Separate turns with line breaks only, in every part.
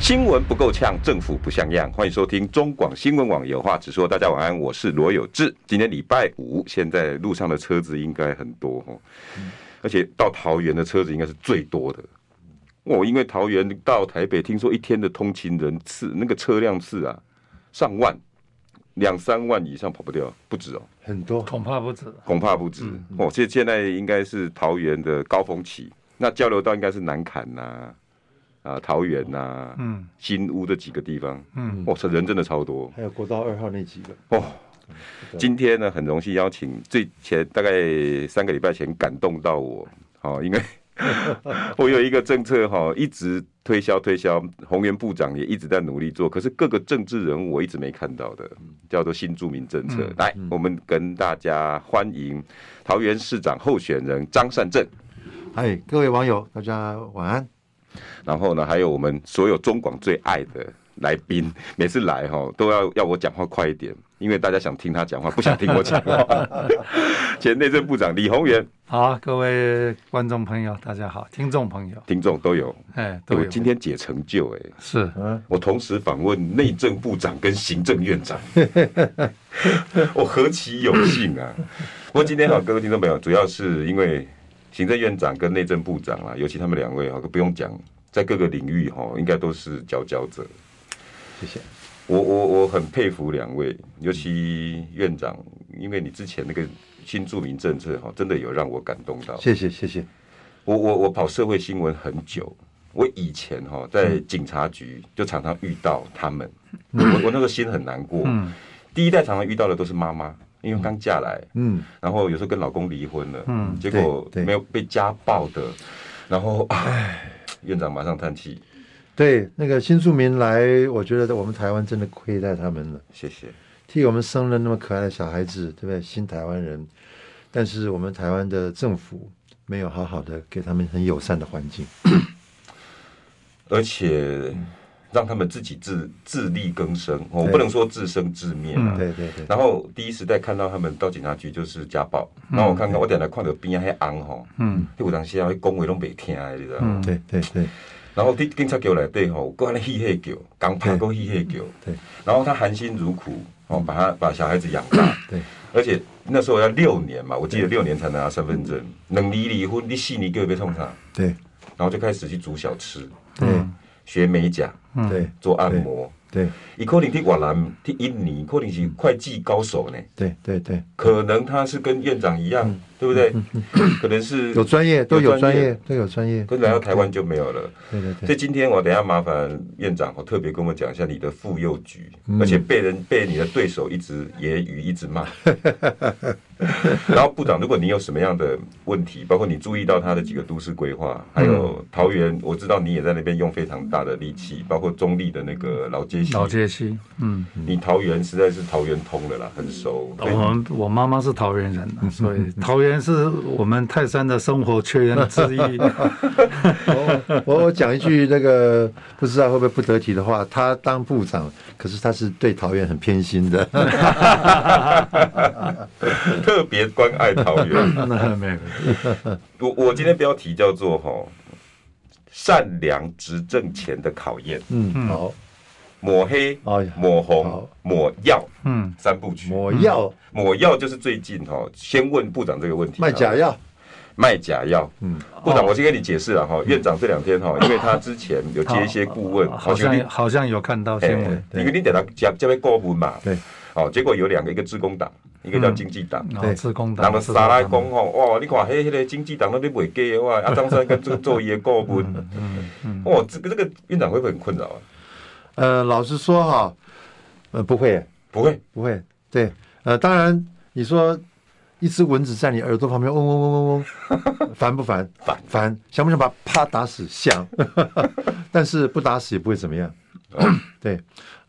新闻不够呛，政府不像样。欢迎收听中广新闻网有话直说。大家晚安，我是罗有志。今天礼拜五，现在路上的车子应该很多哦，而且到桃园的车子应该是最多的。哦，因为桃园到台北，听说一天的通勤人次，那个车辆次啊，上万、两三万以上跑不掉，不止哦，
很多
恐怕不止。
恐怕不止。哦，现现在应该是桃园的高峰期，那交流道应该是南坎呐、啊。桃园呐、啊，
嗯
新屋这几个地方，
嗯，
哇，这人真的超多
还有国道二号那几个，
哦。今天呢，很荣幸邀请最前大概三个礼拜前感动到我，好、因为我有一个政策哈、一直推销推销，宏源部长也一直在努力做，可是各个政治人物我一直没看到的，叫做新住民政策。来，我们跟大家欢迎桃园市长候选人张善政。
嗨，哎各位网友，大家晚安。
然后呢，还有我们所有中广最爱的来宾，每次来哈都要要我讲话快一点，因为大家想听他讲话，不想听我讲 话。前内政部长李鸿源，
好，各位观众朋友，大家好，听众朋友，
听众都有，
哎，
对
都
我
有
今天解成就哎、
是
嗯，
我同时访问内政部长跟行政院 长，我何其有幸啊！不过今天哈，各位听众朋友，主要是因为行政院长跟内政部长啊，尤其他们两位啊，不用讲，在各个领域哈，应该都是佼佼者。
谢谢。
我我我很佩服两位，尤其院长，因为你之前那个新住民政策哈，真的有让我感动到。
谢谢，谢谢。
我我我跑社会新闻很久，我以前哈在警察局就常常遇到他们，我
嗯
我我那个心很难过。
嗯
第一代常常遇到的都是妈妈，因为刚嫁来，
嗯，
然后有时候跟老公离婚了，
嗯
结果
对对
没有被家暴的，然后唉，院长马上叹气，
对，那个新住民来，我觉得我们台湾真的亏待他们了，
谢谢。
替我们生了那么可爱的小孩子，对不对？新台湾人，但是我们台湾的政府没有好好的给他们很友善的环境。
而且让他们自己自自力更生。我
对嗯
不能说自生自灭
嗯
啊。
对对对，
然后第一时代看到他们到警察局就是家暴，
嗯
然后我看看我点来看到边还昂吼，
嗯
迄有当时啊，讲话拢袂听的，你知道吗？
嗯，
对对对
然后伫警察局内底吼，搁安尼戏戏叫，刚拍过戏戏叫，
对嗯
然后他含辛茹苦哦，把他把小孩子养大，
对，
而且那时候要六年嘛，我记得六年才能拿身份证，
嗯
能离离婚，你戏你给我别冲啥，
对
然后就开始去煮小吃、
对
学美甲、
嗯
对
做按摩。
对
伊可能去越南、去印尼，可能是会计高手呢。
对对对，
可能他是跟院长一
嗯
样，对不对？可能是
有专业都
有
有
专
专
业
业都有专业。
可是来到台湾就没有了。
对对对
所以今天我等一下麻烦院长，我特别跟我讲一下你的妇幼局，
嗯
而且被人被你的对手一直揶揄，一直骂。 然后部长，如果你有什么样的问题，包括你注意到他的几个都市规划，还
嗯
有桃园，我知道你也在那边用非常大的力气，包括中立的那个老街西，
老杰西，嗯，
你桃园实在是桃园通了啦，很熟。
我
哦
们我妈妈是桃园人啊，所以桃园是我们泰山的生活缺源之一。
我我讲一句那个不知道会不会不得体的话，他当部长，可是他是对桃园很偏心的。
特别关爱桃 园。
那没有，
我我今天标题叫做“吼善良执政前的考验
嗯，好，”，
抹黑
哎呀、
抹红
好、
抹药
嗯
三部曲。
抹药、
抹药就是最近哈，先问部长这个问题。啊
卖假，药，
卖假药。
嗯，哦
部长，我先跟你解释了哈。院长这两天哈，因为他之前有接一些顾问，
好
像
像好像有看到新闻，
因为你得他加加被顾问嘛。
对。嗯
哦，结果有两个，一个自工党，一个叫经济党。
然后
对
啊自工
哎人
党
就沙拉讲吼，哇！你看迄迄个经济党都咧袂假的哇，啊张三跟做 做伊的顾问，哇！这个这个院长会不会很困扰啊？
呃，老实说哈，呃，不会，
不会，
不会，对，呃，当然，你说一只蚊子在你耳朵旁边嗡嗡嗡嗡嗡，烦不烦？
烦
烦，想不想把它啪打死？想，但是不打死也不会怎么样， 对，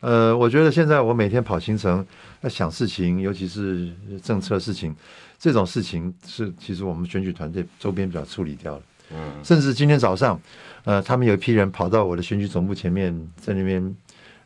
呃，我觉得现在我每天跑行程，在想事情，尤其是政策事情，这种事情是其实我们选举团队周边比较处理掉了。
嗯，
甚至今天早上，呃，他们有一批人跑到我的选举总部前面，在那边，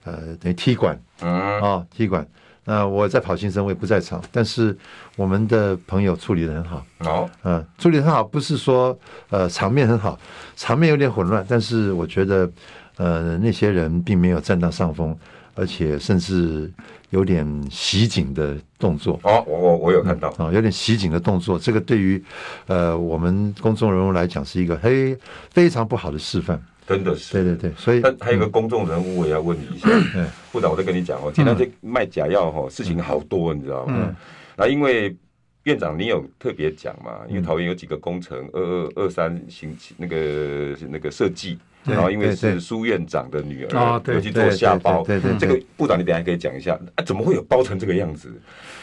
呃，等于踢馆啊、
嗯，
踢馆。那我在跑行程，我也不在场，但是我们的朋友处理的很好，
好，
嗯，处理得很好，不是说呃场面很好，场面有点混乱，但是我觉得呃那些人并没有占到上风，而且甚至有点袭警的动作。
哦，我我我有看到，
啊、有点袭警的动作，这个对于呃我们公众人物来讲是一个非非常不好的示范。
真的
对
是。
对对，所以
但还有一个公众人物，我也要问你一下
嗯，
部长，我再跟你讲哦，今天这卖假药哈，事情好多，你知道
嗯
吗？那因为院长你有特别讲
嗯
嘛，因为桃园有几个工程，二二二三行那个那个设计。
对
然后因为
对
是
对
苏院长的女儿
哦，对
有去做下包，
对对对对
这个部长你等一下可以讲一下，啊，怎么会有包成这个样子？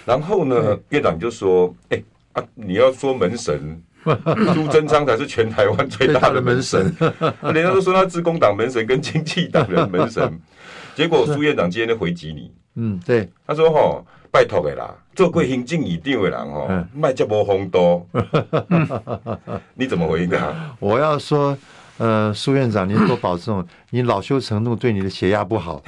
然后呢，院长你就说，哎啊，你要说门 神，苏贞昌才是全台湾最大的门神， 人家都说他自公党门神跟经济党人门 神，结果苏院长今天就回击你，
嗯对
他说吼，拜托的啦，做过行政议长的人吼
嗯，
卖这波红 多，你怎么回应 他？
我要说，呃，苏院长您多保重，你恼羞成怒对你的血压不好。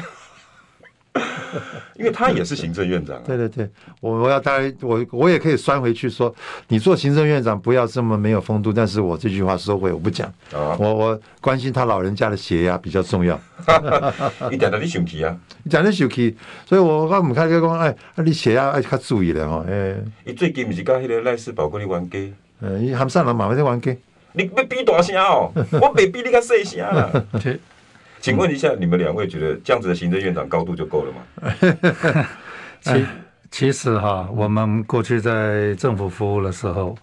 因为他也是行政院长啊，
对对对，我我要当然我我也可以酸回去说，你做行政院长不要这么没有风度，但是我这句话收回，我不讲，
啊，
我我关心他老人家的血压比较重要。
一点点你想起啊，
你讲的受气，所以我我唔开始讲，哎，啊你血压要较注意了吼，哎，
伊最近不是跟迄个赖世宝跟你冤家，
呃，伊含上人嘛，要在玩 K。
你要比大声 哦，我袂比你较细声啦。
对，
请问一下，你们两位觉得这样子的行政院长高度就够了吗？
其其实哈，我们过去在政府服务的时候，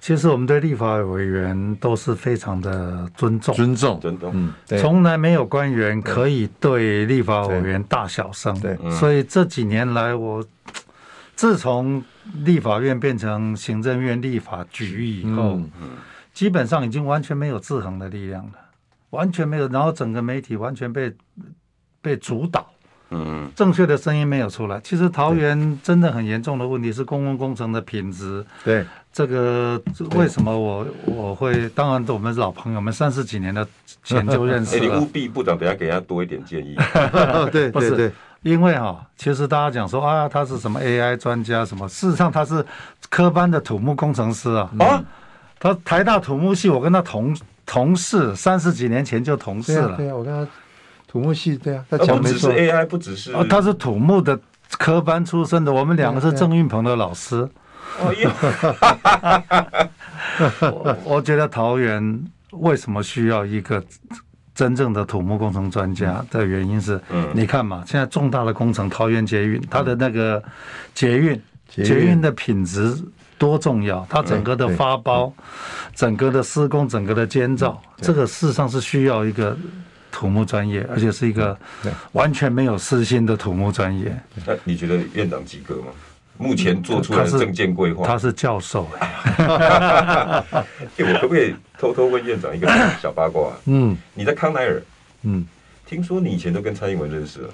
其实我们对立法委员都是非常的尊重，
尊重，
真的，
嗯，对，
从来没有官员可以对立法委员大小声。
对
嗯
所以这几年来我，自从立法院变成行政院立法局以后，
嗯
基本上已经完全没有制衡的力量了，完全没有。然后整个媒体完全被被主导，
嗯
正确的声音没有出来。其实桃园真的很严重的问题是公共工程的品质。
对，
这个为什么我我会？当然，我们是老朋友，我们三十几年的前就认识啊
哎、你
啊
了
务。必部长等一下给他多一点建议。
对
不
对
是
对，
因为哈、其实大家讲说啊，他是什么 AI 专家什么，事实上他是科班的土木工程师啊。
嗯
啊，
他台大土木系，我跟他同同事，三十几年前就同事
对
了
啊。对啊，我跟他土木系，对啊，他
而
讲
呃不
没
只是
错，哦
AI，不只是
啊他是土木的科班出身的，我们两个是
对对
郑运鹏的老师。
哎 呦，
我我觉得桃园为什么需要一个真正的土木工程专家的原因是，你看嘛，现在重大的工程，桃园捷运，它的那个捷运，
捷运
捷运的品质多重要，它整个的发包、整个的施工、整个的监造，这个事实上是需要一个。土木专业，而且是一个完全没有私心的土木专业，
那你觉得院长及格吗？目前做出来的
他是
政见规
他
划，
是教授、哎
哎、我可不可以偷偷问院长一个小八卦、啊？
嗯
你在康奈尔，
嗯，
听说你以前都跟蔡英文认识了，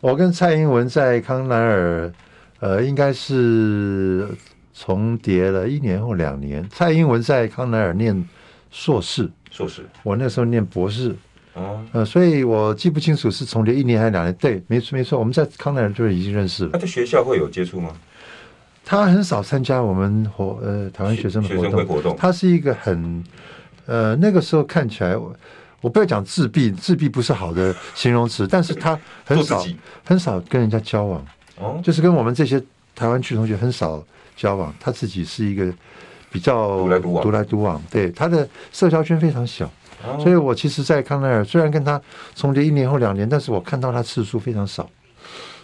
我跟蔡英文在康奈尔，呃，应该是重叠了一年或两年。蔡英文在康奈尔念硕士，
硕士
我那时候念博士，
啊？
呃，所以我记不清楚是重叠一年还是两年。对，没错没错，我们在康奈尔就已经认识了
那、。在学校会有接触吗？
他很少参加我们活呃台湾学生的
学
活
生会
动，
活动
他是一个很呃那个时候看起来，我我不要讲自闭，自闭不是好的形容词，但是他很
做
少
自己
很少跟人家交往，
哦，
就是跟我们这些台湾区同学很少交往，他自己是一个比较
独来独往
独来独往，对他的社交圈非常小，
哦
所以我其实，在康奈尔虽然跟他重叠一年或两年，但是我看到他次数非常少。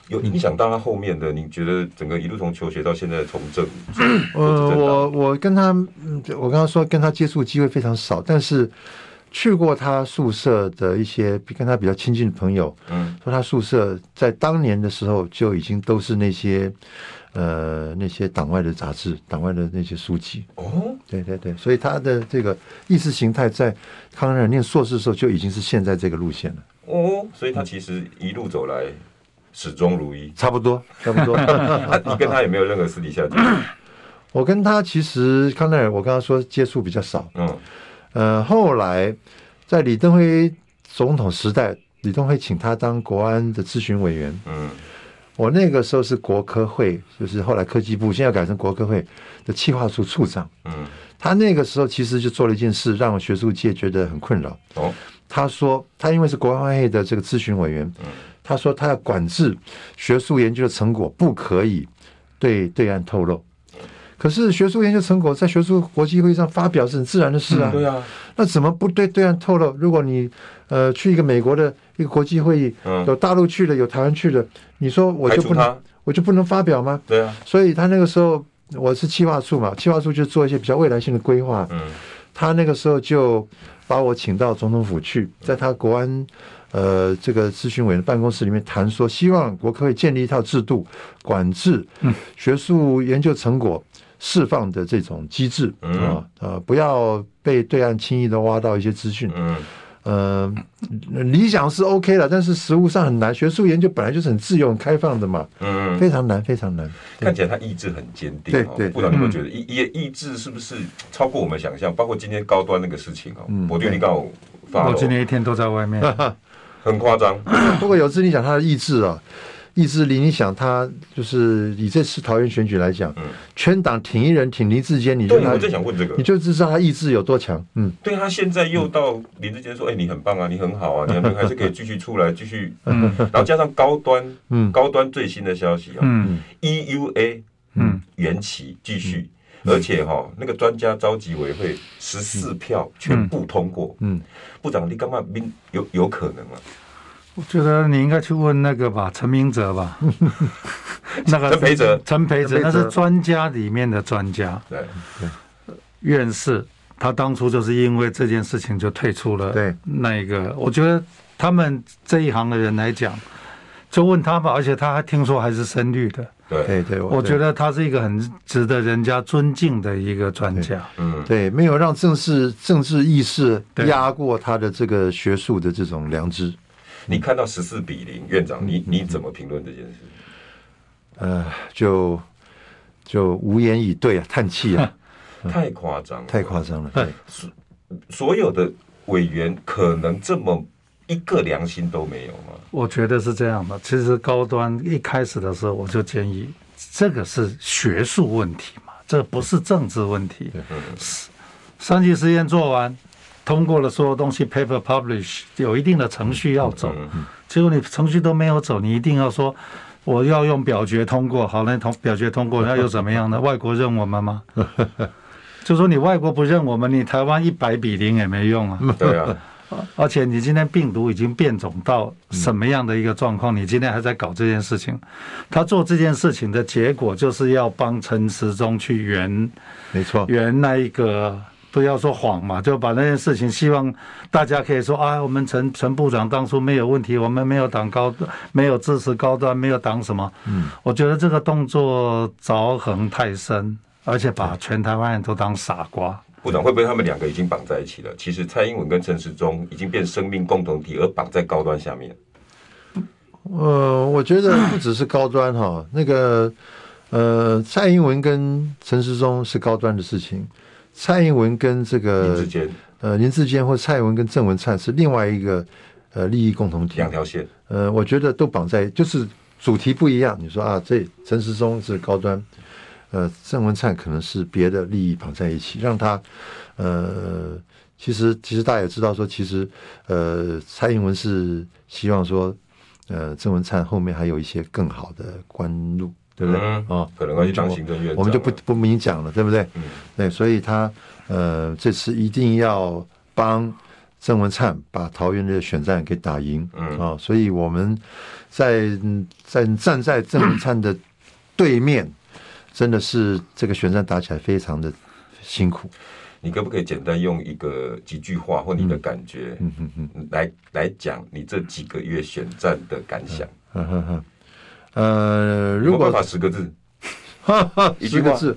有影响到他后面的？你觉得整个一路从求学到现在的从政，做执
呃，
政党
我我跟他，嗯我刚刚说跟他接触机会非常少，但是去过他宿舍的一些比跟他比较亲近的朋友，
嗯
说他宿舍在当年的时候就已经都是那些呃那些党外的杂志、党外的那些书籍。
哦，
对对对，所以他的这个意识形态在康奈尔念硕士的时候就已经是现在这个路线了。
哦，所以他其实一路走来始终如一。
差不多，差不多。
啊，你跟他也没有任何私底下接触，
我跟他其实康奈尔，我刚刚说接触比较少，
嗯，
呃，后来在李登辉总统时代，李登辉请他当国安的咨询委员。
嗯
我那个时候是国科会，就是后来科技部，现在改成国科会的企划处处长。
嗯，
他那个时候其实就做了一件事，让学术界觉得很困扰。
哦，
他说，他因为是国安会的这个咨询委员，
嗯
他说他要管制学术研究的成果不可以对对岸透露。可是学术研究成果在学术国际会上发表是很自然的事啊，
对啊，
那怎么不对对岸透露？如果你呃去一个美国的一个国际会议，
嗯
有大陆去的，有台湾去的，你说我
排
就
除
不能
他，
我就不能发表吗？
对啊，
所以他那个时候我是企划处嘛，企划处就做一些比较未来性的规划，
嗯
他那个时候就把我请到总统府去，在他国安呃这个咨询委员办公室里面谈说，希望国科会建立一套制度，管制学术研究成果释放的这种机制啊、
嗯
呃，不要被对岸轻易的挖到一些资讯。
嗯
呃，理想是 OK 了，但是实务上很难。学术研究本来就是很自由、很开放的嘛，
嗯，
非常难，非常难。
看起来他意志很坚定
对
哦
对，嗯
不然你会觉得意意意志是不是超过我们想象？包括今天高端那个事情哦，
嗯
我对你刚好发
我
了，哦
今天一天都在外面，嗯
很夸张，
不过有志，你讲他的意志啊，意志力，你想他就是以这次桃园选举来讲，全党挺一人，挺林志坚，你
嗯
就
对，
他
哎我，正想问这个
啊你，就知道他意志有多强。嗯，
对他现在又到林志坚说，哎，你很棒啊，你很好啊，你还是可以继续出来继续，
嗯
然后加上高端，
嗯
高端最新的消息啊
嗯
，EUA
嗯，
延期继续，
嗯
而且哈、那个专家召集委会十四票全部通过。
嗯，
部长，你干嘛民有有可能啊？
我觉得你应该去问那个吧，陈明哲吧，那个
陈培哲
陈培
陈培
哲
哲
那是专家里面的专家，
对，
院士，他当初就是因为这件事情就退出了。
对，
那个我觉得他们这一行的人来讲，就问他吧，而且他还听说还是深绿的，
对，
对哦对，
我觉得他是一个很值得人家尊敬的一个专家。
嗯，
对，没有让政治政治意识
对
压过他的这个学术的这种良知。
你看到十四比零，院长，
嗯
你你怎么评论这件事？
呃，就就无言以对啊，叹气 啊，
太夸张了，
太夸张了。对，
所有的委员可能这么一个良心都没有吗？
我觉得是这样的。其实高端一开始的时候，我就建议，这个是学术问题嘛，这不是政治问题。是三级实验做完，通过了所有东西，paper publish 有一定的程序要走，结果你程序都没有走，你一定要说我要用表决通过，好，那通 表决通过，那又怎么样呢？外国认我们吗？ 就说你外国不认我们，你台湾一百比零也没用啊。
对 啊，
而且你今天病毒已经变种到什么样的一个状况？你今天还在搞这件事情？他做这件事情的结果就是要帮陈时中去圆
没错。
圆那一个，不要说谎嘛，就把那件事情希望大家可以说啊，我们陈陈部长当初没有问题，我们没有党高，没有支持高端，没有党什么。嗯，我觉得这个动作凿痕太深，而且把全台湾人都当傻瓜。
部长会不会他们两个已经绑在一起了？其实蔡英文跟陈时中已经变生命共同体，而绑在高端下面。
呃，我觉得不只是高端哈， 那个呃，蔡英文跟陈时中是高端的事情，蔡英文跟这
林
个
志坚
呃林志坚或蔡英文跟郑文灿是另外一个呃利益共同体
两。条线，
呃，我觉得都绑在就是主题不一样。你说啊，这陈时中是高端，呃，郑文灿可能是别的利益绑在一起，让他呃，其实其实大家也知道说，其实呃，蔡英文是希望说，呃，郑文灿后面还有一些更好的官路，对不对？
嗯
哦，
可能要去当行政院长
我们就不
了
不明讲了，对不对？
嗯
对，所以他呃，这次一定要帮郑文灿把桃园的选战给打赢，
嗯
啊、所以我们在嗯在站在郑文灿的对面，真的是这个选战打起来非常的辛苦，
你可不可以简单用一个几句话或你的感觉，
嗯嗯
来来讲你这几个月选战的感想？
嗯哼哼，呃，
有没
如
有办法
果
十个字，一句
十
话
个字。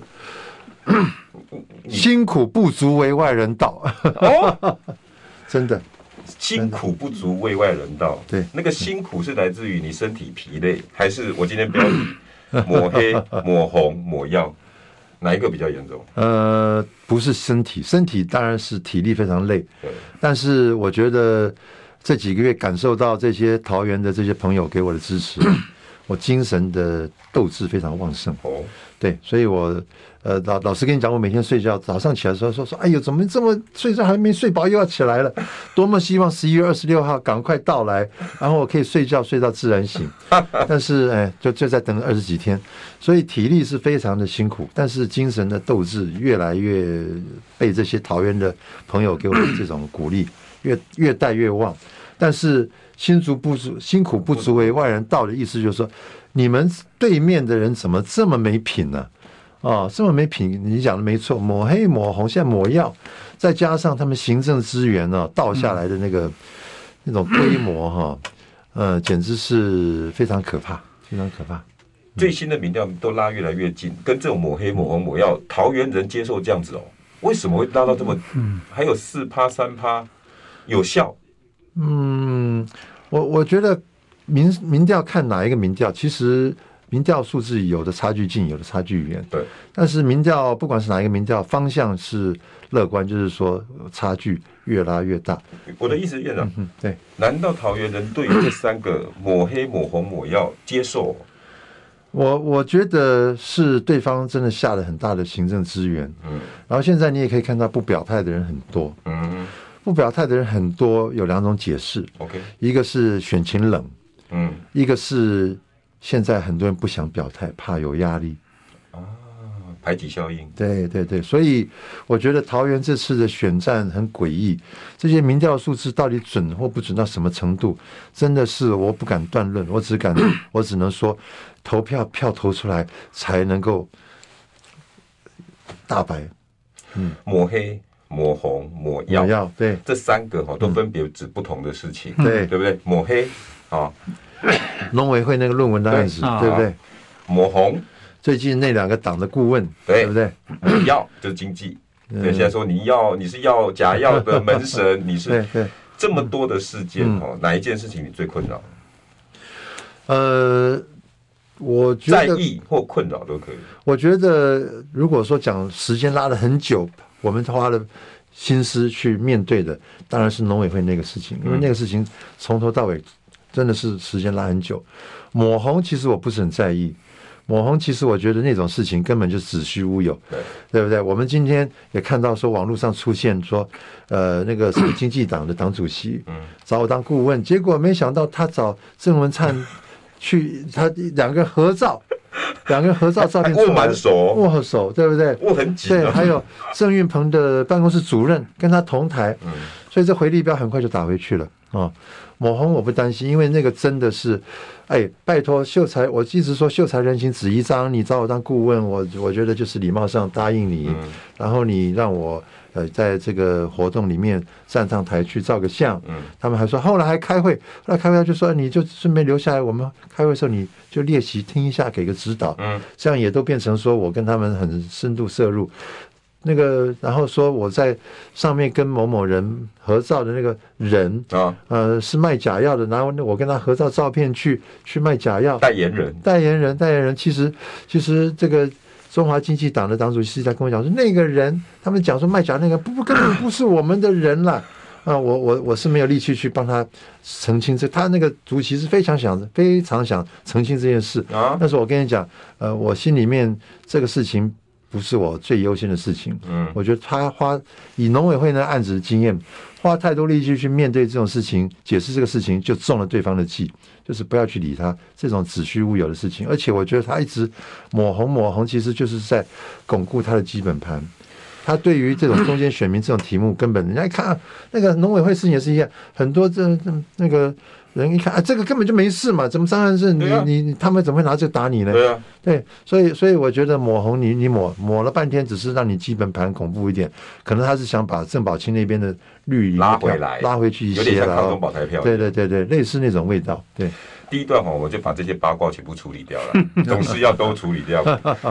辛苦不足为外人道，真的，
辛苦不足为外人道。
对
那个辛苦是来自于你身体疲累，还是我今天标题抹 黑、抹红、抹药，哪一个比较严重？
呃，不是身体，身体当然是体力非常累，
对，
但是我觉得这几个月感受到这些桃园的这些朋友给我的支持，我精神的斗志非常旺盛。
哦，
对，所以我呃老老师跟你讲，我每天睡觉早上起来的时候说说，哎呦，怎么这么睡觉还没睡饱又要起来了？多么希望十一月二十六号赶快到来，然后我可以睡觉睡到自然醒。但是哎，就就在等二十几天，所以体力是非常的辛苦，但是精神的斗志越来越被这些桃园的朋友给我的这种鼓励，越越带越旺。但是新足不足，辛苦不足为外人道的意思就是说，你们对面的人怎么这么没品呢、哦，这么没品，你讲的没错，抹黑抹红，现在抹药，再加上他们行政资源呢、倒下来的那个、那种规模哈、呃，简直是非常可怕，非常可怕。
最新的民调都拉越来越近，跟这种抹黑、抹红、抹药，桃园人接受这样子哦，为什么会拉到这么？还有四趴、三趴，有效？
嗯，我我觉得民民调看哪一个民调，其实民调数字有的差距近，有的差距远。
对，
但是民调不管是哪一个民调，方向是乐观，就是说呃差距越拉越大。
我的意思，院长，
嗯，对，
难道桃园人对于这三个抹黑、抹红、抹药接受哦？
我我觉得是对方真的下了很大的行政资源，
嗯
然后现在你也可以看到不表态的人很多，
嗯
不表态的人很多有两种解释，
，OK，
一个是选情冷，
嗯
一个是现在很多人不想表态，怕有压力。
啊，排挤效应，
对对对，所以我觉得桃园这次的选战很诡异，这些民调数字到底准或不准到什么程度，真的是我不敢断论，我只 敢我只能说，投票票投出来才能够大白
抹黑、抹红、抹
有
药，嗯
要对
这三个哈、哦、都分别指不同的事情，
对
对不对？抹黑啊、
农委会那个论文的案子，
对
对不对？
抹红、
最近那两个党的顾问，
对
对不对？
抹药就是经济。
嗯
对，现在说你要你是要假药的门 神，你
对嗯
是
对。
这么多的事件哦，哪一件事情你最困扰？
呃，我觉
在
得
意或困扰都可以。
我觉得，如果说讲时间拉得很久，我们花了心思去面对的，当然是农委会那个事情，
嗯
因为那个事情从头到尾真的是时间拉很久。抹红其实我不是很在意，抹红其实我觉得那种事情根本就子虚乌有，
对，
对不对？我们今天也看到说网络上出现说，呃，那个什么经济党的党主席，
嗯，
找我当顾问，结果没想到他找郑文灿去，他两个合照，两个合照 照片出来
握蛮熟哦
握手，对不对？
握很紧
对，
啊
还有郑运鹏的办公室主任跟他同台，
嗯
所以这回力镖很快就打回去了啊。抹红我不担心，因为那个真的是，哎，拜托秀才，我一直说秀才人情只一张，你找我当顾问，我我觉得就是礼貌上答应你，
嗯
然后你让我呃在这个活动里面站上台去照个相，
嗯
他们还说后来还开会，后来开会他就说你就顺便留下来，我们开会的时候你就练习听一下，给个指导，
嗯，
这样也都变成说我跟他们很深度摄入。那个，然后说我在上面跟某某人合照的那个人，
啊，
呃，是卖假药的，然后我跟他合照照片去去卖假药，
代言人
代言人，代言人，其实其实这个中华经济党的党主席在跟我讲说，那个人他们讲说卖假那个不不根本不是我们的人啦。啊，我我我是没有力气去帮他澄清这，他那个主席是非常想非常想澄清这件事。
啊，
但是我跟你讲，呃，我心里面这个事情不是我最优先的事情。
嗯
我觉得他花以农委会那案子的经验，花太多力气去面对这种事情，解释这个事情，就中了对方的计，就是不要去理他这种子虚乌有的事情。而且我觉得他一直抹红抹红，其实就是在巩固他的基本盘。他对于这种中间选民这种题目，根本人家一看、啊、那个农委会事情也是一样，很多这这那个人一看啊，这个根本就没事嘛，怎么张汉胜你
对啊
你你他们怎么会拿这个打你呢？
对啊，
对，所以所以我觉得抹红你你抹抹了半天，只是让你基本盘恐怖一点，可能他是想把郑宝清那边的绿营
拉
的票
回来
拉回去一
有点
些
像
了
抗中
哦、
保台票。
对对对对，类似那种味道。对，
第一段哦哈，我就把这些八 卦全部处理掉了，总是要都处理掉。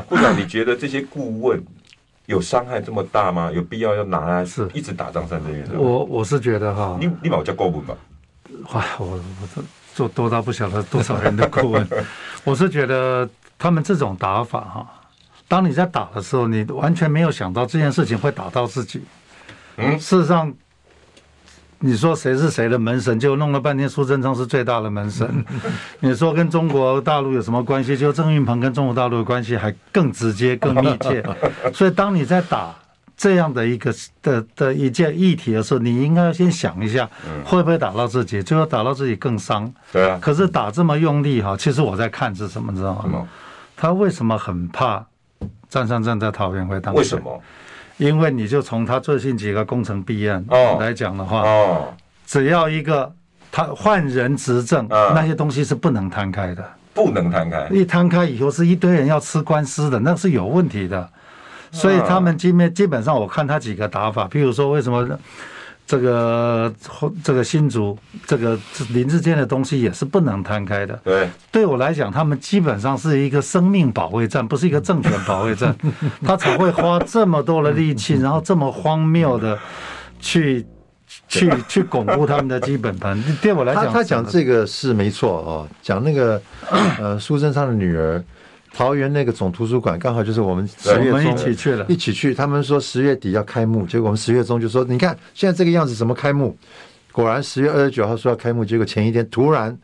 不然你觉得这些顾问有伤害这么大吗？有必要要拿来
是
一直打仗三针原则？
我我是觉得哈，
你你把我叫高文吧，
哇，我我这做多到不晓得多少人的顾问，我是觉得他们这种打法哈、当你在打的时候，你完全没有想到这件事情会打到自己。
嗯
事实上，你说谁是谁的门神，就弄了半天苏贞昌是最大的门神。你说跟中国大陆有什么关系？就郑运鹏跟中国大陆的关系还更直接、更密切。所以，当你在打这样的一个的的一件议题的时候，你应该先想一下，
嗯
会不会打到自己，最后打到自己更伤。
对啊，
可是打这么用力哈，其实我在看是什么，知道
什
吗
么？？
他为什么很怕张善政在桃园会当？
为什？么？
因为你就从他最近几个工程弊案
哦
来讲的话，
哦，
只要一个他换人执政，
嗯
那些东西是不能摊开的。
不能摊开，
一摊开以后是一堆人要吃官司的，那是有问题的。所以他们基本基本上，我看他几个打法，比如说为什么这个这个新竹这个林志坚的东西也是不能摊开的。
对，
对我来讲，他们基本上是一个生命保卫战，不是一个政权保 卫战，他才会花这么多的力气，然后这么荒谬的去去去巩固他们的基本盘。对我来
他
讲，
他讲这个是没错哦，讲那 个呃苏贞昌的女儿，桃园那个总图书馆刚好就是我们十月
我们
中
一起去了
一起去，他们说十月底要开幕，结果我们十月中就说，你看现在这个样子怎么开幕？果然十月二十九号说要开幕，结果前一天突然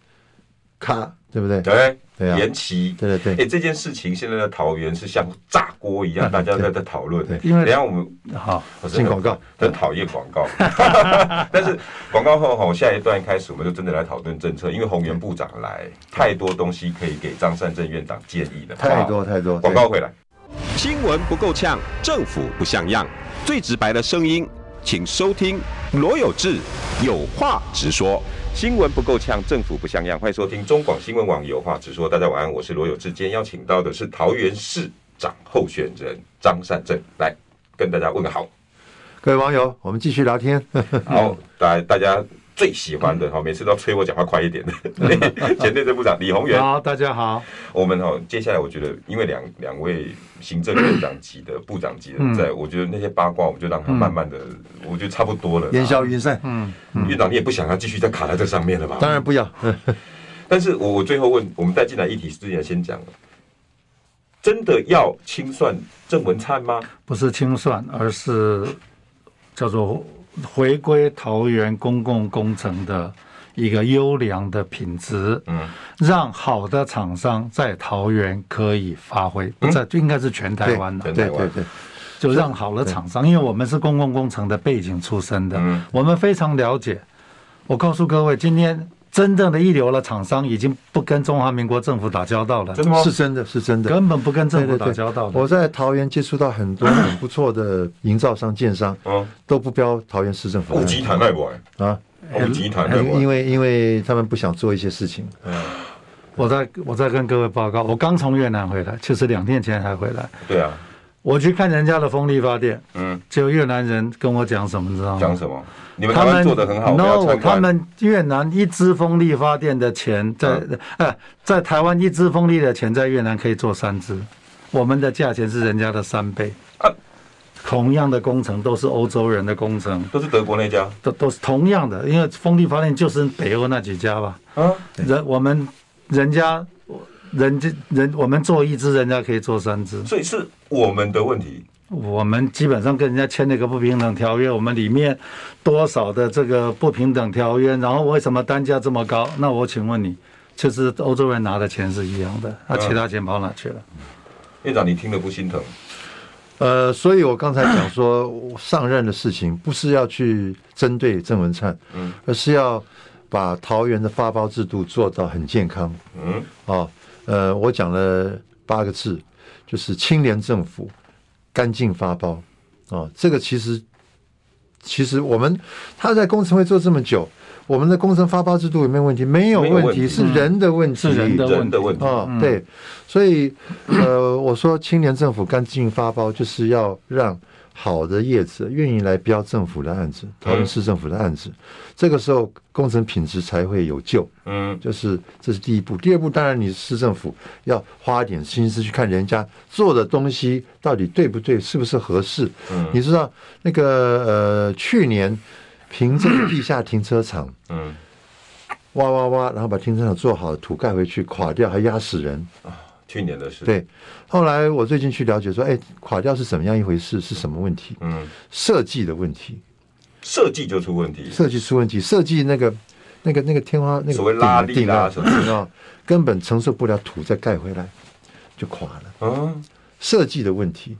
咔，对不对？
对，
对啊
延期，
对对
哎、
对，
这件事情现在的桃园是像炸锅一样，大家在在讨论。
对
因为
等一下我们
好，
我真
进
的
广告，
很讨厌广 告，但是广告后吼，下一段开始我们就真的来讨论政策，因为洪源部长来，太多东西可以给张善政院长建议的，
太多太多
广
对
告回来。
新闻不够呛，政府不像样，最直白的声音，请收听罗有志有话直说。
新闻不够呛，政府不像样。欢迎收听中广新闻网有话直说。大家晚安，我是罗有志。今天邀请到的是桃园市长候选人张善政，来跟大家问个好。
各位网友，我们继续聊天。
好，大大家最喜欢的哈，每次都催我讲话快一点 的前内政部长李鸿源。
好，大家好，
我们哈，接下来我觉得，因为两两位行政院长级的、部长级的
嗯
在，我觉得那些八卦，我们就让他慢慢的，我觉得差不多了啦。
烟消云散，
嗯，
院长，你也不想要继续再卡在这上面了吧？
当然 不要。
但是我我最后问，我们带进来议题之前先讲了，真的要清算郑文灿吗？
不是清算，而是叫做回归桃园公共工程的一个优良的品质，
嗯，
让好的厂商在桃园可以发挥，不在应该是全台湾的
对。
对对对，
就让好了厂商，因为我们是公共工程的背景出身的
嗯，
我们非常了解。我告诉各位，今天真正的一流的厂商已经不跟中华民国政府打交道了，
真的吗？
是真的，是真的。
根本不跟政府
对对
打
对
交道
我
的。
在桃园接触到很多很不错的营造商、建商，
嗯，
都不标桃园市政府
五哦集团那不？
啊，
五集团那
因
不？
因为因为他们不想做一些事情，
我在我在跟各位报告，我刚从越南回来，其实两天前才回来。
对啊，
我去看人家的风力发电，
嗯，
结果越南人跟我讲什么，你知道吗？
讲什么？你们台湾做的很好，不要
no，
参
他
观。
们越南一支风力发电的钱在
嗯
呃在台湾一支风力的钱在越南可以做三支，我们的价钱是人家的三倍
啊。
同样的工程都是欧洲人的工程，
都是德国那家，
都都是同样的，因为风力发电就是北欧那几家吧。
嗯，
人我们人家人家人我们做一支，人家可以做三支。
所以是我们的问题。
我们基本上跟人家签了一个不平等条约，我们里面多少的这个不平等条约，然后为什么单价这么高？那我请问你，就是欧洲人拿的钱是一样的，那其他钱跑哪去了？
院长，你听了不心疼？
呃，所以我刚才讲说我上任的事情不是要去针对郑文灿，
嗯
而是要把桃园的发包制度做到很健康
嗯，
哦。呃，我讲了八个字，就是清廉政府，干净发包哦。这个其实其实我们他在工程会做这么久，我们的工程发包制度有没有问题？没有
没有问
问题，
题
是人的问题，
是人的问题
人的问题。
哦，对， 所以呃，我说青年政府干净发包，就是要让好的业者愿意来标政府的案子，桃园市政府的案子，这个时候工程品质才会有救。
嗯，
就是这是第一步，第二步当然你市政府要花一点心思去看人家做的东西到底对不对，是不是合适。嗯，你知道那个呃，去年凭这个地下停车场，
嗯，
挖挖挖，然后把停车场做好，土盖回去垮掉，还压死人。
去年的事，，
对，后来我最近去了解说，哎，垮掉是怎么样一回事，是什么问题？
嗯，
设计的问题，
设计就出问题，
设计出问题，设计那个那个那个天花那个
所谓
顶
拉
啊
力
顶
啦
啊
什么的
啊，根本承受不了土再盖回来就垮了。
嗯，
设计的问题，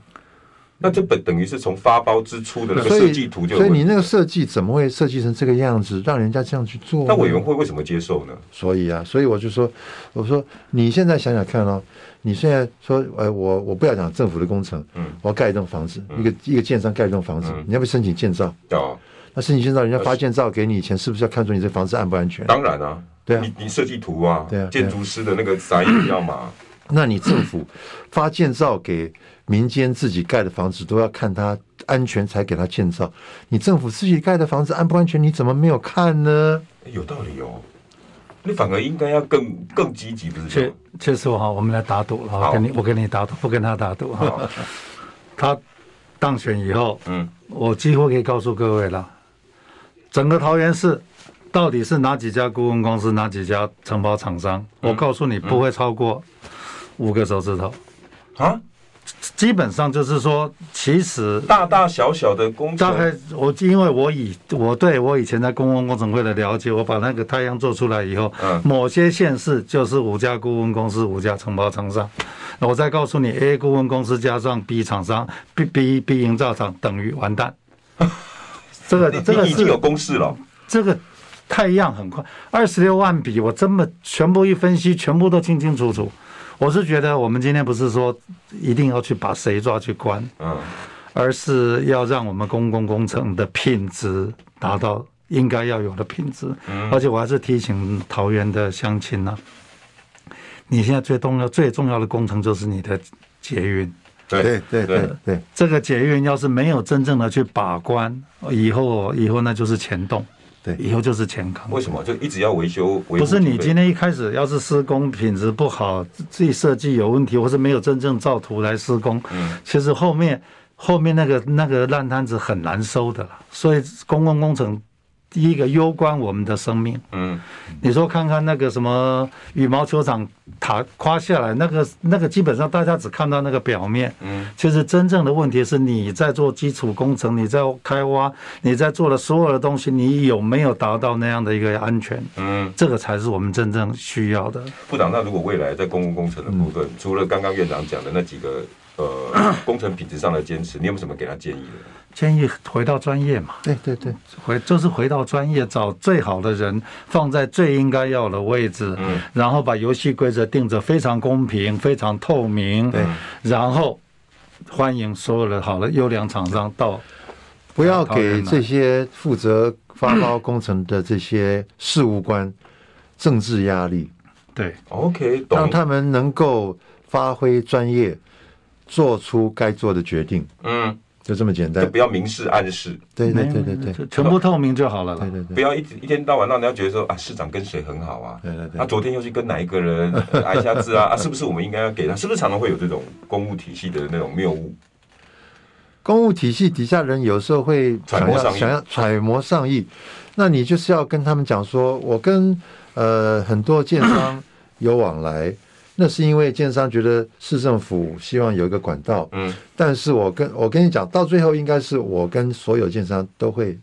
那这本等于是从发包之初的那个
所
设
以
计图就有
所以你
问题
那个设计怎么会设计成这个样子，让人家这样去做呢？
那委员会为什么接受呢？
所以啊，所以我就说，我说你现在想想看哦，你现在说，呃，我我不要讲政府的工程，
嗯
我要盖一栋房子，一个一个建商盖一栋房子，
嗯
你要不要申请建造？
哦，
那申请建造，人家发建造给你以前，是不是要看出你这房子安不安全？
当然啊，
对啊
你你设计图啊，
对啊对啊
建筑师的那个啥也要嘛，
那你政府发建造给民间自己盖的房子，都要看它安全才给它建造。你政府自己盖的房子安不安全？你怎么没有看呢？
有道理哦。你反而应该要更更积极，不是
确
吗？
确实哈，我们来打赌了，
好
我跟你我跟你打赌，不跟他打赌哈。他当选以后，
嗯，
我几乎可以告诉各位了，整个桃园市到底是哪几家顾问公司、哪几家承包厂商？我告诉你，不会超过五个手指头。
啊，
基本上就是说，其实
大大小小的工
大概
程，
我因为我以我对我以前在公共工程会的了解，我把那个太阳做出来以后，
嗯
某些县市就是五家顾问公司、五家承包厂商。那我再告诉你，A 顾问公司加上 B 厂商，B B B 营造厂等于完 蛋。这个
你
这个
你已经有
是
公式了，
这个太阳很快，二十六万笔，我这么全部一分析，全部都清清楚楚。我是觉得我们今天不是说一定要去把谁抓去关，
嗯，
而是要让我们公共工程的品质达到应该要有的品质。而且我还是提醒桃园的乡亲呢、你现在最重要最重要的工程就是你的捷运。
对
对对对，
这个捷运要是没有真正的去把关，以后以后那就是钱洞，
对
以后就是钱坑。
为什么就一直要维修？维护
不是
经
你
费
今天一开始要是施工品质不好，自己设计有问题，或是没有真正照图来施工，其实后面后面那个那个烂摊子很难收的了。所以公共工程第一个攸关我们的生命。
嗯，
你说看看那个什么羽毛球场塔垮下来，那个那个基本上大家只看到那个表面，嗯，其实真正的问题是你在做基础工程，你在开挖，你在做的所有的东西，你有没有达到那样的一个安全？
嗯，
这个才是我们真正需要的。
部长，那如果未来在公共工程的部分，
嗯
除了刚刚院长讲的那几个 呃工程品质上的坚持，你有没有什么给他建议的？
建议回到专业嘛，
对对对，
回就是回到专业，找最好的人放在最应该要的位置，
嗯
然后把游戏规则定着非常公平、非常透明，
对，
然后欢迎所有的好的优良厂商到。
不要
当然
给
啦
这些负责发包工程的这些事务官政治压力，
对，
OK，
哦让
懂。
他们能够发挥专业，做出该做的决定，
嗯，
就这么简
就
单
不。要明示暗示，
对对对对对
就全部透明就好了啦
对。对
不
对，
要一直一天到晚让人家觉得说啊，市长跟谁很好啊？
对对对
啊，昨天又去跟哪一个 人呃挨一下字啊？啊，是不是我们应该要给他？是不是常常会有这种公务体系的那种谬误？
公务体系底下人有时候会
揣
想
摩
要
上意
想要揣摩上意，那你就是要跟他们讲说，我跟呃很多建 商有往来。那是因为建商觉得市政府希望有一个管道，
嗯，
但是我跟我跟你讲，到最后应该是我跟所有建商都会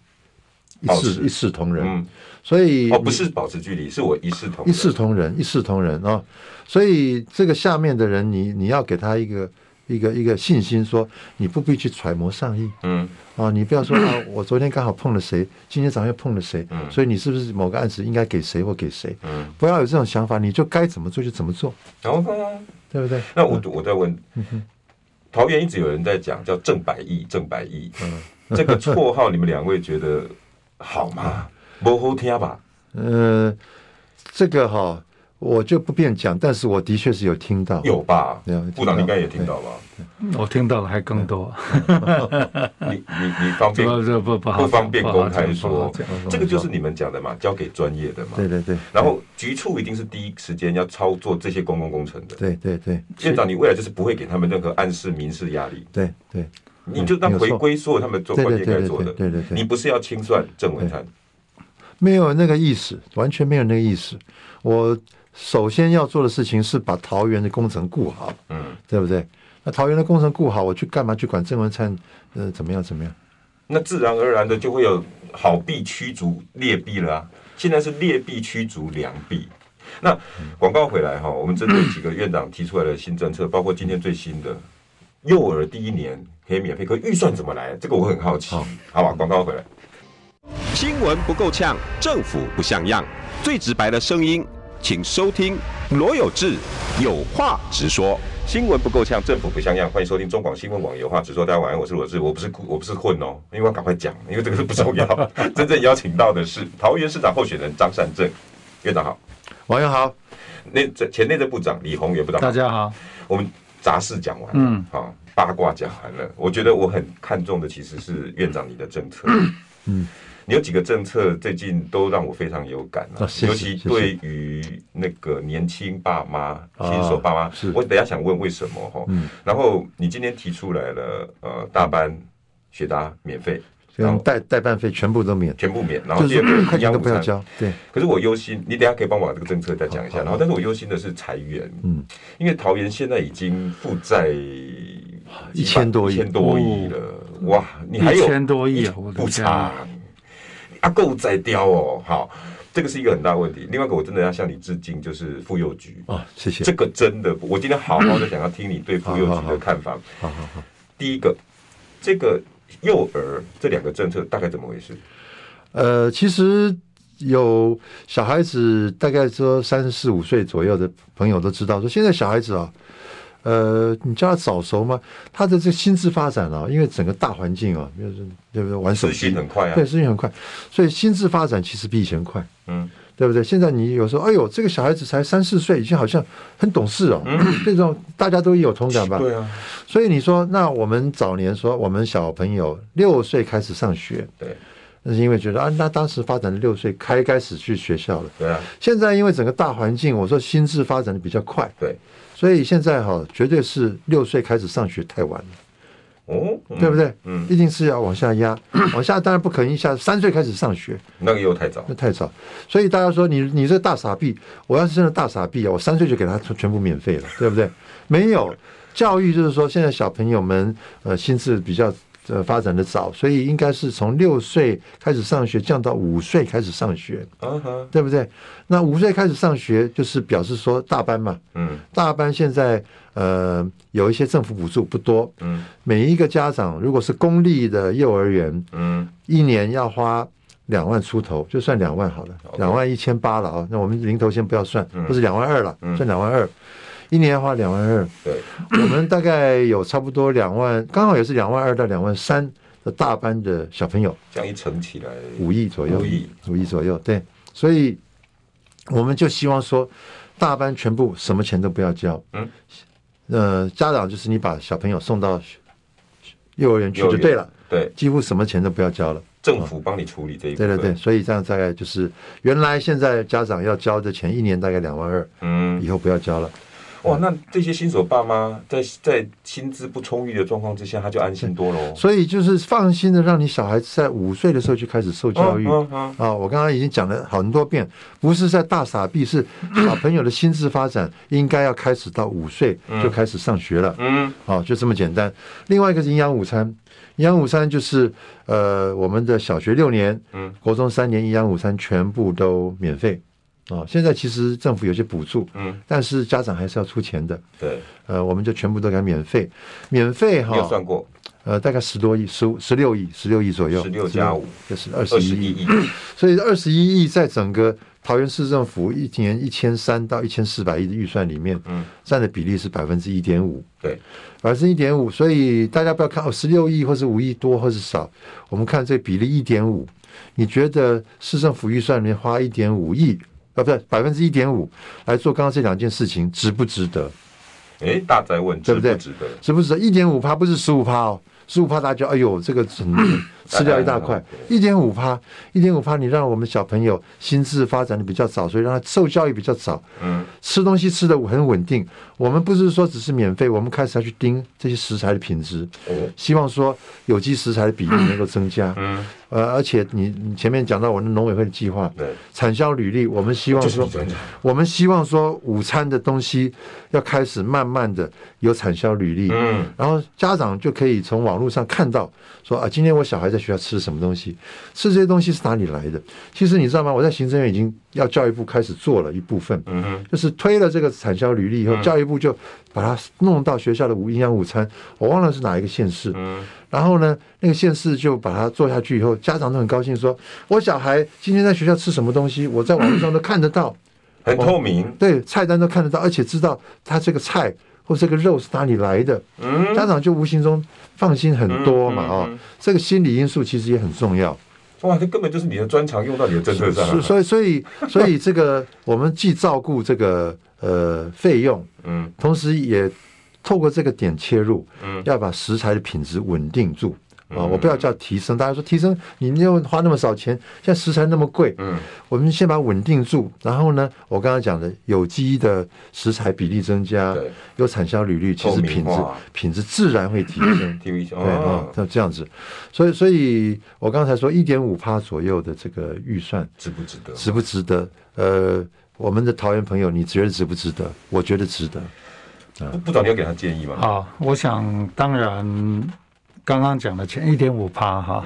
一
保
视
持
一视同仁，
嗯
所以
哦，不是保持距离，是我一视同
一
仁
视同仁，一视同仁啊、所以这个下面的人你，你要给他一个一个一个信心说，你不必去揣摩上意
嗯
啊、你不要说啊，我昨天刚好碰了谁，今天早上又碰了谁，所以你是不是某个案子应该给谁或给谁？
嗯
不要有这种想法，你就该怎么做就怎么做，
，OK 啊。
对不对？
那我我再问，
嗯
桃园一直有人在讲叫郑百亿，郑百亿，
嗯
这个绰号你们两位觉得
嗯
好吗？不好听吧？
呃，这个哈、我就不便讲，但是我的确是有听到，
有吧
有？
部长应该也听到吧？
我听到了还更多，
你你你方
这
便
个这个不不好
不方便
讲不好
公开
讲不
说
好讲，
这个就是你们讲的嘛，交给专业的嘛。
对对对
然后局处一定是第一时间要操作这些公共工程的。
对对对
院长，你未来就是不会给他们任何暗示、明示压力，
对对，
你就让回归所有他们做
对
关键
对对
该
对
做的。
对对对对
你不是要清算郑文灿，
没有那个意思，完全没有那个意思。我首先要做的事情是把桃园的工程顾好，
嗯，
对不对？那桃园的工程顾好，我去干嘛去管郑文灿？呃，怎么样怎么样？
那自然而然的就会有好币驱逐劣币了啊。现在是劣币驱逐良币。那广告回来哈，我们针对几个院长提出来的新政策，包括今天最新的幼儿第一年可以免费，可预算怎么来？这个我很好奇。
好
好吧，广告回来。
新闻不够呛，政府不像样，最直白的声音，请收听罗有志有话直说。
新闻不够呛，政府不像样。欢迎收听中广新闻网有话直说。大家晚安，我是罗志，我不是哭，我不是混哦，因为我赶快讲，因为这个是不重要。 真正邀请到的是桃园市长候选人张善政院长好，
王永豪，
内政前内政部长李鸿源部长好
大，家好，
我们杂事讲完了，
嗯
好、八卦讲完了。我觉得我很看重的其实是院长你的政策，嗯，你有几个政策最近都让我非常有感啊，
啊谢谢
尤其
谢谢
对于那个年轻爸妈、
啊
新手爸妈，
是嗯
我等一下想问为什么哈、然后你今天提出来了，呃，大班学搭免费，然
跟
后
代代办费全部都免，
全部免，然后
就
第二
是
个
一块
营
钱都
养午
不要
餐
交。对，
可是我忧心，你等一下可以帮我把这个政策再讲一下。然后，但是我忧心的是裁员，嗯
嗯，
因为桃园现在已经负债
一千多亿
一
哦
千多亿了，哇，你还
一
有
千多亿啊，我的
不
天
差
啊，
啊，够在雕哦，好，这个是一个很大的问题。另外一个，我真的要向你致敬，就是妇幼局，
哦，谢谢
这。个真的，我今天好好的想要听你对妇幼局
好好
的
好
看法。
好好好。
第一个，这个幼儿这两个政策大概怎么回事？
呃，其实有小孩子，大概说三十四五岁左右的朋友都知道，说现在小孩子啊，呃，你叫他早熟吗？他的这心智发展啊，因为整个大环境啊，就是对不对？玩手
资讯
机，
很快啊
对，，资讯很快，所以心智发展其实比以前快。
嗯，
对不对？现在你有时候，哎呦，这个小孩子才三四岁，已经好像很懂事哦，这种大家都有同感吧？
对啊，
所以你说，那我们早年说，我们小朋友六岁开始上学，
对，
那是因为觉得啊，那当时发展的六岁开开始去学校了。
对啊，
现在因为整个大环境，我说心智发展的比较快，
对，
所以现在哈、绝对是六岁开始上学太晚了，
哦，嗯
对不对？
嗯
一定是要往下压，往下当然不可能一下三岁开始上学，
那个又太早
那。太早。所以大家说你你这大傻逼，我要是真的大傻逼啊，我三岁就给他全部免费了，对不对？没有教育就是说，现在小朋友们呃心智比较呃发展的早，所以应该是从六岁开始上学，降到五岁开始上学，
啊哈，
对不对？那五岁开始上学就是表示说大班嘛，
嗯
大班现在呃有一些政府补助不多，
嗯
每一个家长如果是公立的幼儿园，
嗯，
一年要花两万出头，就算两万好了，
OK
两万一千八了啊、那我们零头先不要算，
嗯
或是两万二了，
嗯
算两万二，一年要花两万 二，
对，
我们大概有差不多两万，刚好也是两万二到两万三的大班的小朋友，
这样一乘起来，
五亿左右，
五亿，
五亿左右，对，所以我们就希望说，大班全部什么钱都不要交，
嗯，
呃，家长就是你把小朋友送到幼儿园去
幼儿
就
园
对了，
对，
几乎什么钱都不要交了。
政府帮你处理这一部
对
分，
对对，，所以这样大概就是原来现在家长要交的钱，一年大概两万二，
嗯，
以后不要交了。
哇，那这些新手爸妈在在薪资不充裕的状况之下，他就安心多了哦。
所以就是放心的让你小孩子在五岁的时候就开始受教育。
嗯嗯
啊，我刚刚已经讲了很多遍，不是在大傻 逼，是小朋友的心智发展应该要开始到五岁就开始上学了，
嗯
啊，就这么简单。另外一个是营养午餐，营养午餐就是呃，我们的小学六年，
嗯，
国中三年营养午餐全部都免费，啊，现在其实政府有些补助，
嗯，
但是家长还是要出钱的，
对，
呃，我们就全部都给他免费，免费
你有算
哈，
过
呃，大概十多亿，十五十六亿，十六亿左右，
16加五
就是二十
二十
一
一
亿，
亿？
所以二十一亿在整个桃园市政府一年一千三到一千四百亿的预算里面，
嗯，
占的比例是百分之一点五，
对，
百分之一点五，所以大家不要看哦，十六亿或是五亿多或是少，我们看这比例一点五，你觉得市政府预算里面花一点五亿呃，不是百分之一点五来做刚刚这两件事情，值不值得？
哎，大宅问值
对不对
不值得？
值不值得？一点五趴不是十五趴哦，十五趴大家觉得哎呦，这个 很吃掉一大块。一点五趴，一点五趴，你让我们小朋友心智发展的比较早，所以让他受教育比较早，
嗯，
吃东西吃的很稳定。我们不是说只是免费，我们开始要去盯这些食材的品质，
哦
希望说有机食材的比例能够增加。
嗯，
呃，而且你你前面讲到我们农委会的计划，
对，
产销履历，我们希望说，我们希望说午餐的东西要开始慢慢的有产销履历，
嗯，
然后家长就可以从网络上看到说啊，今天我小孩在学校吃什么东西，吃这些东西是哪里来的？其实你知道吗？我在行政院已经要教育部开始做了一部分，
嗯哼，
就是推了这个产销履历以后，教育部就把它弄到学校的午营养午餐，我忘了是哪一个县市，
嗯，
然后呢，那个县市就把它做下去以后，家长都很高兴说，我小孩今天在学校吃什么东西，我在网络上都看得到，
很透明，
对，菜单都看得到，而且知道他这个菜或这个肉是哪里来的，
嗯，
家长就无形中放心很多嘛，
嗯嗯
哦
嗯，
这个心理因素其实也很重要。
哇，这根本就是你的专长用到你的政策上
所
了，
所以所以所以这个我们既照顾这个呃费用，
嗯
同时也透过这个点切入，
嗯
要把食材的品质稳定住。啊、我不要叫提升，大家说提升，你又花那么少钱，现在食材那么贵，
嗯
我们先把它稳定住，然后呢，我刚刚讲的有机的食材比例增加
对，
有产销履啊历，其
透
实品质
明化
品质自然会提升。
，TV 一下
对啊，
哦，
那这样子，所以所以我刚才说一点五趴左右的这个预算
值不值得？
值不值得？呃，我们的桃园朋友，你觉得值不值得？我觉得值得。
部部长，你要给他建议吗？
好，啊我想当然，刚刚讲的前一点五趴哈，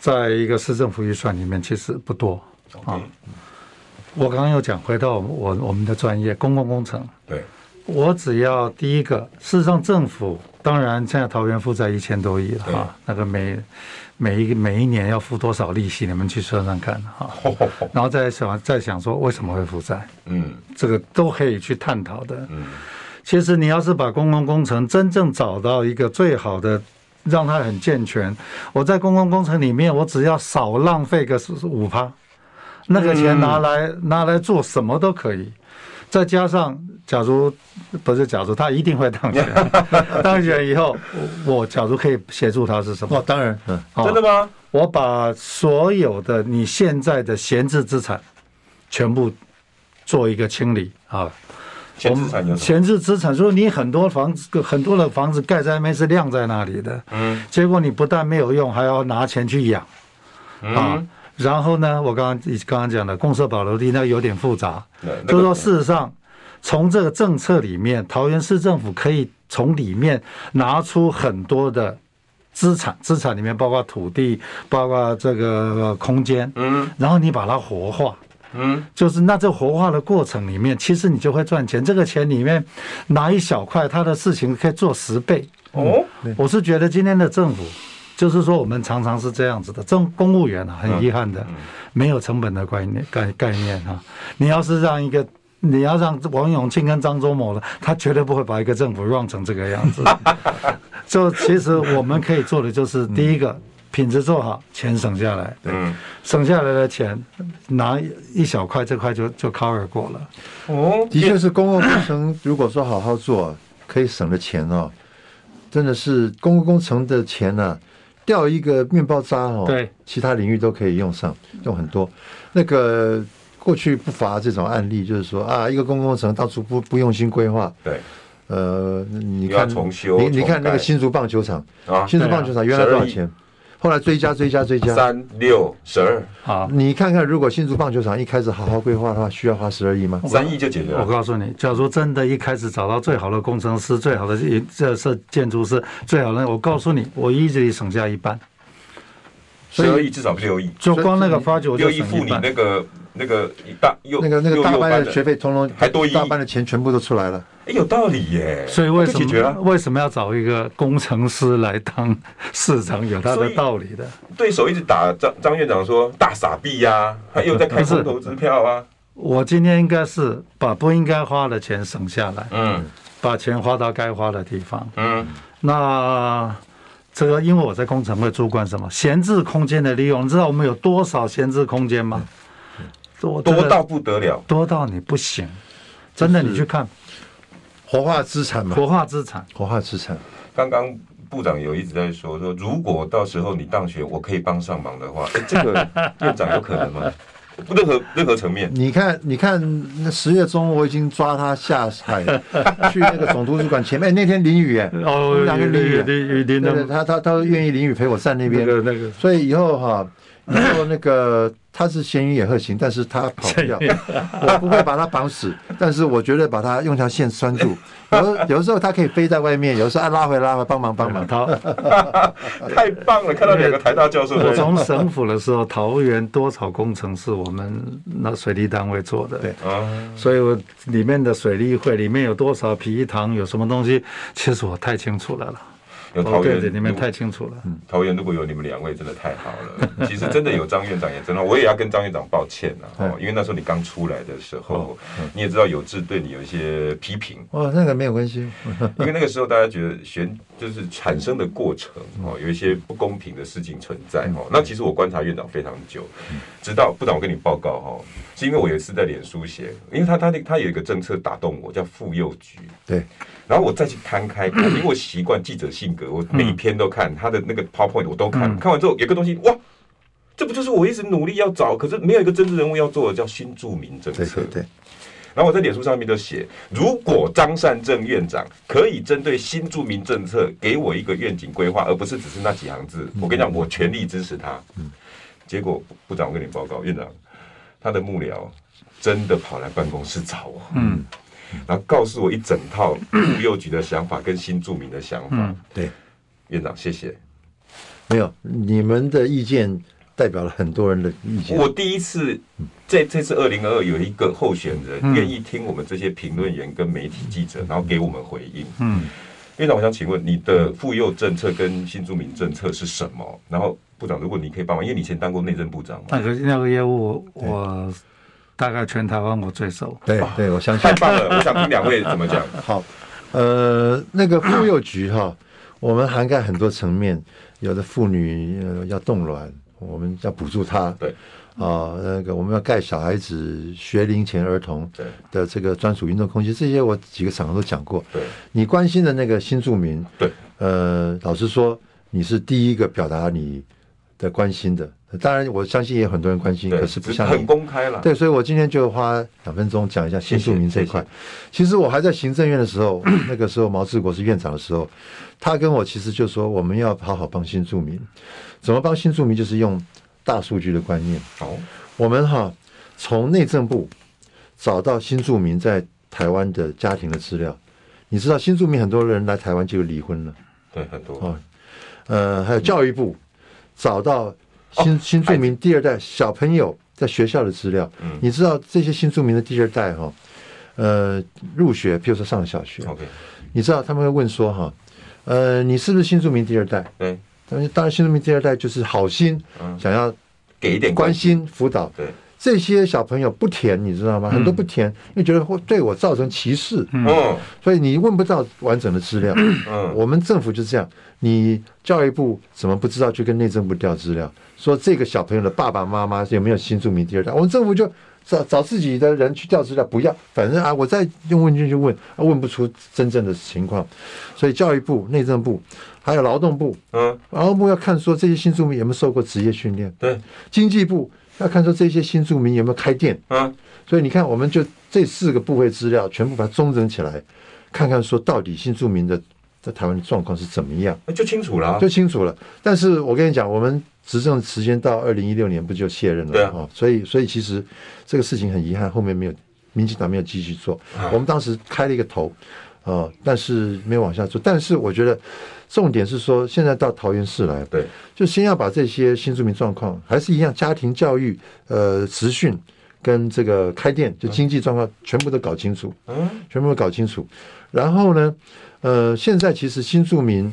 在一个市政府预算里面其实不多啊
OK。
我刚刚又讲回到我我我们的专业公共工程，
对，
我只要第一个，事实上政府当然现在桃园负债一千多亿了
对
哈，那个每每一个每一年要付多少利息，你们去算算看哈，然后再想再想说为什么会负债，
嗯
这个都可以去探讨的。
嗯
其实你要是把公共工程真正找到一个最好的，让它很健全，我在公共工程里面，我只要少浪费个五趴，那个
嗯
钱拿来、拿来做什么都可以。再加上，假如不是假如他一定会当选， 当选以后，我我假如可以协助他是什么？
当然，嗯，
哦
真的吗？
我把所有的你现在的闲置资产全部做一个清理啊。
前资产有什么？
闲置资产，说你很多房子，很多的房子盖在那边是晾在那里的，
嗯
结果你不但没有用，还要拿钱去养啊
嗯，。
然后呢，我刚刚刚刚讲的公社保留地那有点复杂，
那那个
就是说事实上，从这个政策里面，桃园市政府可以从里面拿出很多的资产，资产里面包括土地，包括这个空间，
嗯
然后你把它活化，
嗯
就是那这活化的过程里面，其实你就会赚钱。这个钱里面拿一小块，他的事情可以做十倍。
哦，
我是觉得今天的政府，就是说我们常常是这样子的，政公务员啊，很遗憾的，没有成本的概念概概念啊。你要是让一个。你要让王永庆跟张忠谋了，他绝对不会把一个政府 run 成这个样子。就其实我们可以做的就是，第一个品质做好，钱省下来，
嗯
省下来的钱拿一小块，这块就就 cover 过了。
哦，
的确是公共工程，如果说好好做，可以省的钱哦，真的是公共工程的钱呢、掉一个面包渣哦，
对，
其他领域都可以用上，用很多。那个过去不乏这种案例，就是说啊，一个公共工程当初不不用心规划，
对
呃，你
又要
看
重修
你你
重
看
盖
那个新竹棒球场，
啊，
新竹
对啊
棒球场原来多少
12亿
钱？后来追加追加追加，
三六十二，
好，
你看看，如果新竹棒球场一开始好好规划的话，需要花十二亿吗？
三亿就解决
我
了。
告诉你，假如真的一开始找到最好的工程师、最好的一这设建筑师、最好的，我告诉你，我一直省下一半，
十二亿至少六亿，
就光那个 project 我
六
就
亿
省
付
一
你
半。
那个那个一大又
那个那个
又
大
又
班的
的
学费，通通
还多一亿
大班的钱全部都出来了。
哎，有道理耶，
所以为
就
什
解决啊了
么。为什么要找一个工程师来当市长，有他
所
的
以
道理的。
对手一直打张张院长说大傻逼呀、他又在开空头支票啊，
我今天应该是把不应该花的钱省下来，
嗯
把钱花到该花的地方。
嗯
那这个，因为我在工程会主管什么闲置空间的利用，你知道我们有多少闲置空间吗？
嗯
多
多
真的
到不得了。
多到你不行，真的，你去看
活化资产嘛，
国画资产，
活化资产，
刚刚部长有一直在说说，如果到时候你当选，我可以帮上忙 的话，诶这个院长有可能吗？任何任何层面，
你看，你看，那十月中我已经抓他下海去那个总图书馆前面。那天淋雨哎，
哦
我们两个淋雨，
雨淋雨淋
对对，
的
他他他愿意淋雨陪我站那
那
边。
个那个
所以以后哈，以后那个他是咸鱼也鹤行，但是他跑不掉，我不会把他绑死，但是我绝对把他用条线拴住。有有时候他可以飞在外面，有时候啊拉回拉回帮忙帮忙。
他
太棒了！看到两个台大教授
我
在
从省府的时候，桃园多草工程是我们那水利单位做的，
对
啊，
所以我里面的水利会里面有多少皮糖，有什么东西，其实我太清楚了啦。
有
哦，
桃
对
园
对，你们
如
太清楚了。
桃园如果有你们两位，真的太好了。其实真的有张院长也真好，我也要跟张院长抱歉 啊，哦因为那时候你刚出来的时
哦
候，
嗯
你也知道有志对你有一些批评，
哦，那个没有关系，
因为那个时候大家觉得选就是产生的过程
嗯
哦，有一些不公平的事情存在哦。那其实我观察院长非常久，
嗯
直到部长我跟你报告哦，是因为我有一次在脸书写，因为他他那他有一个政策打动我，叫妇幼局。
对，
然后我再去摊 开看，因为我习惯记者性格，我每一篇都看他的那个 PowerPoint，我都看。
嗯
看完之后有个东西，哇，这不就是我一直努力要找，可是没有一个政治人物要做的叫新著名政
对
策
对。对，
然后我在脸书上面就写，如果张善政院长可以针对新住民政策给我一个愿景规划，而不是只是那几行字，
嗯
我跟你讲，我全力支持他。结果部长，我跟你报告，院长他的幕僚真的跑来办公室找我，
嗯，
然后告诉我一整套妇幼局的想法跟新住民的想法
嗯。
对，
院长，谢谢。
没有你们的意见代表了很多人的意见。
我第一次，这这次二零二二有一个候选人愿意听我们这些评论员跟媒体记者，然后给我们回应。
嗯，
院长，我想请问你的妇幼政策跟新住民政策是什么？然后部长，如果你可以帮忙，因为你以前当过内政部长嘛
那，个那个业务我大概全台湾我最熟。
对
啊
对，我相信
太。棒了！我想听两位怎么讲。
好，呃，那个妇幼局哈，我们涵盖很多层面，有的妇女、呃、要冻卵，我们要补助她，
对，
啊、那个我们要盖小孩子学龄前儿童
对
的这个专属运动空间，这些我几个场合都讲过。
对
你关心的那个新住民，
对，
呃，老实说，你是第一个表达你的关心的。当然，我相信也有很多人关心，
对，
可是不
只
像你
很公开了。
对，所以我今天就花两分钟讲一下新住民这一块。其实我还在行政院的时候， 那个时候毛治国是院长的时候，他跟我其实就说我们要好好帮新住民。怎么帮新住民？就是用大数据的观念。
好，
我们哈从内政部找到新住民在台湾的家庭的资料。你知道新住民很多人来台湾就离婚了
对，很多
哦，呃，还有教育部找到
哦
新、新住民第二代小朋友在学校的资料。
嗯
你知道这些新住民的第二代哈、呃，入学，譬如说上小学，
OK，
你知道他们会问说哈、呃，你是不是新住民第二代？
对，
当然，当然，新住民第二代就是好心，
嗯
想要
给一点
关，心辅导。
对，
这些小朋友不填，你知道吗？很多不填，因为觉得会对我造成歧视，
嗯
所以你问不到完整的资料。
嗯，
我们政府就是这样，你教育部怎么不知道去跟内政部调资料，说这个小朋友的爸爸妈妈有没有新住民第二代？我们政府就找找自己的人去调资料，不要，反正啊，我再用问卷去问，啊问不出真正的情况，所以教育部、内政部还有劳动部，
嗯，
劳动部要看说这些新住民有没有受过职业训练，
对，
经济部要看说这些新住民有没有开店，
嗯，
所以你看，我们就这四个部位资料全部把它中整起来，看看说到底新住民的在台湾的状况是怎么样，
那就清楚了啊。
就清楚了。但是我跟你讲，我们执政时间到二零一六年不就卸任了
对啊
哦所以所以其实这个事情很遗憾，后面没有民进党没有继续做。
啊
我们当时开了一个头，呃，但是没有往下做。但是我觉得重点是说，现在到桃园市来，
对，
就先要把这些新住民状况，还是一样家庭教育、呃，职训跟这个开店就经济状况全部都搞清楚，
嗯，
全部都搞清楚。然后呢，呃，现在其实新住民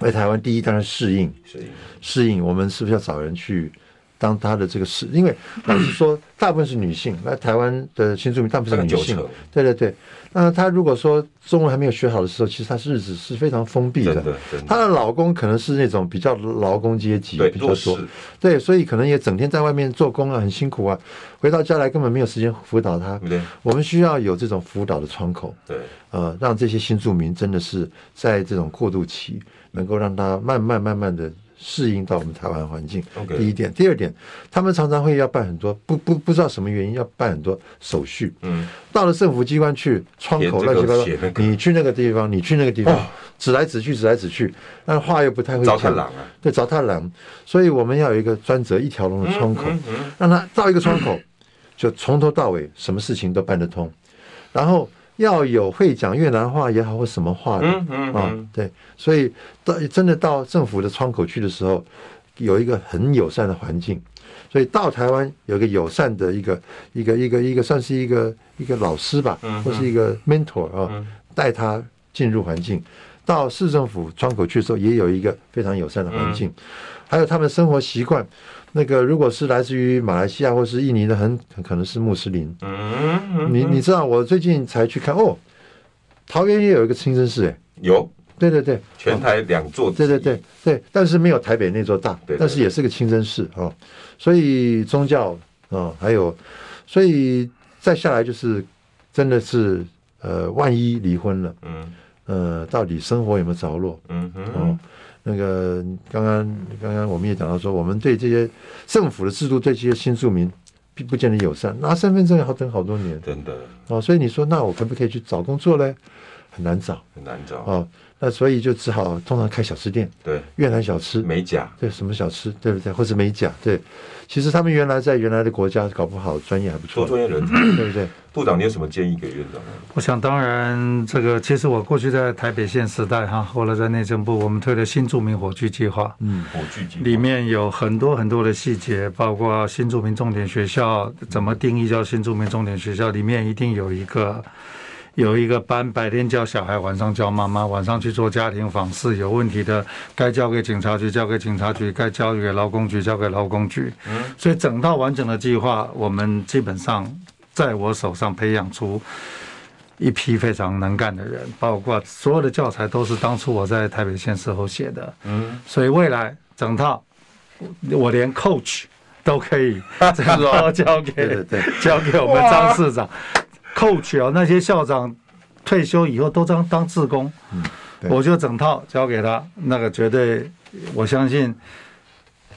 来台湾，第一当然适应，
是
适应我们是不是要找人去当他的这个事，因为老实说，大部分是女性，那台湾的新住民大部分是女性
大概九成，
对对对。那她如果说中文还没有学好的时候，其实她是日子是非常封闭的
真的真的，
她的老公可能是那种比较劳工阶级
对
比较
弱
多
势，
对，所以可能也整天在外面做工啊，很辛苦啊，回到家来根本没有时间辅导她
对。
我们需要有这种辅导的窗口。
对，
呃，让这些新住民真的是在这种过渡期，能够让他慢慢慢慢的适应到我们台湾环境。
OK
第一点，第二点，他们常常会要办很多不不不知道什么原因要办很多手续。
嗯，
到了政府机关去，窗
填
口
这个
乱七八
写那
糟，
个
你去那个地方，你去那个地方
哦，
指来指去，指来指去，那话又不太会
糟
讲。
蹋狼啊！
对，找他狼，所以我们要有一个专责一条龙的窗口，
嗯
让他到一个窗 口，就从头到尾什么事情都办得通，然后要有会讲越南话也好或什么话的，
嗯嗯
啊
嗯，
对，所以到真的到政府的窗口去的时候，有一个很友善的环境，所以到台湾有一个友善的一个一个一个一个算是一个一个老师吧，
嗯
或是一个 mentor 啊，带他进入环境。到市政府窗口去的时候，也有一个非常友善的环
嗯
境，还有他们生活习惯。那个如果是来自于马来西亚或是印尼的，很很可能是穆斯林。
嗯，
你你知道，我最近才去看哦，桃园也有一个清真寺，哎，
有
对对对，
全台两座，
对对对，对，但是没有台北那座大
对对，
但是也是个清真寺啊、哦，所以宗教啊、哦还有，所以再下来就是真的是呃，万一离婚了，
嗯
呃，到底生活有没有着落？
嗯
哦
哼，，
那个刚刚刚刚我们也讲到说，我们对这些政府的制度对这些新住民并不见得友善，拿身份证要等好多年
真的
哦，所以你说那我可不可以去找工作嘞？很难找
很难找，
哦，那所以就只好通常开小吃店，
对，
越南小吃。
美甲，
对，什么小吃，对不对？或者美甲，对。其实他们原来在原来的国家搞不好，专业还不
多
错，
专业 人才。
对不对？
部长，你有什么建议给院长吗？
我想当然，这个其实我过去在台北县时代哈，后来在内政部，我们推了新住民火炬计划，
嗯，
火炬计划
里面有很多很多的细节，包括新住民重点学校怎么定义叫新住民重点学校，里面一定有一个有一个班，白天教小孩，晚上教妈妈，晚上去做家庭访视，有问题的该交给警察局，交给警察局；该交给劳工局，交给劳工局。所以整套完整的计划，我们基本上在我手上培养出。一批非常能干的人，包括所有的教材都是当初我在台北县时候写的，嗯，所以未来整套我连 coach 都可 以这样说交给
哦对对对
交给我们张市长 coach 哦，那些校长退休以后都当当志工，
嗯对
我就整套交给他，那个绝对我相信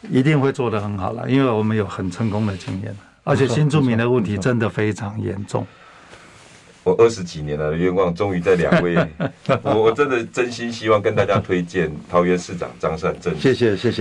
一定会做得很好了，因为我们有很成功的经验，而且新住民的问题真的非常严重。
我二十几年来的愿望，终于在两 位，我我真的真心希望跟大家推荐桃园市长张善政。
谢谢谢谢。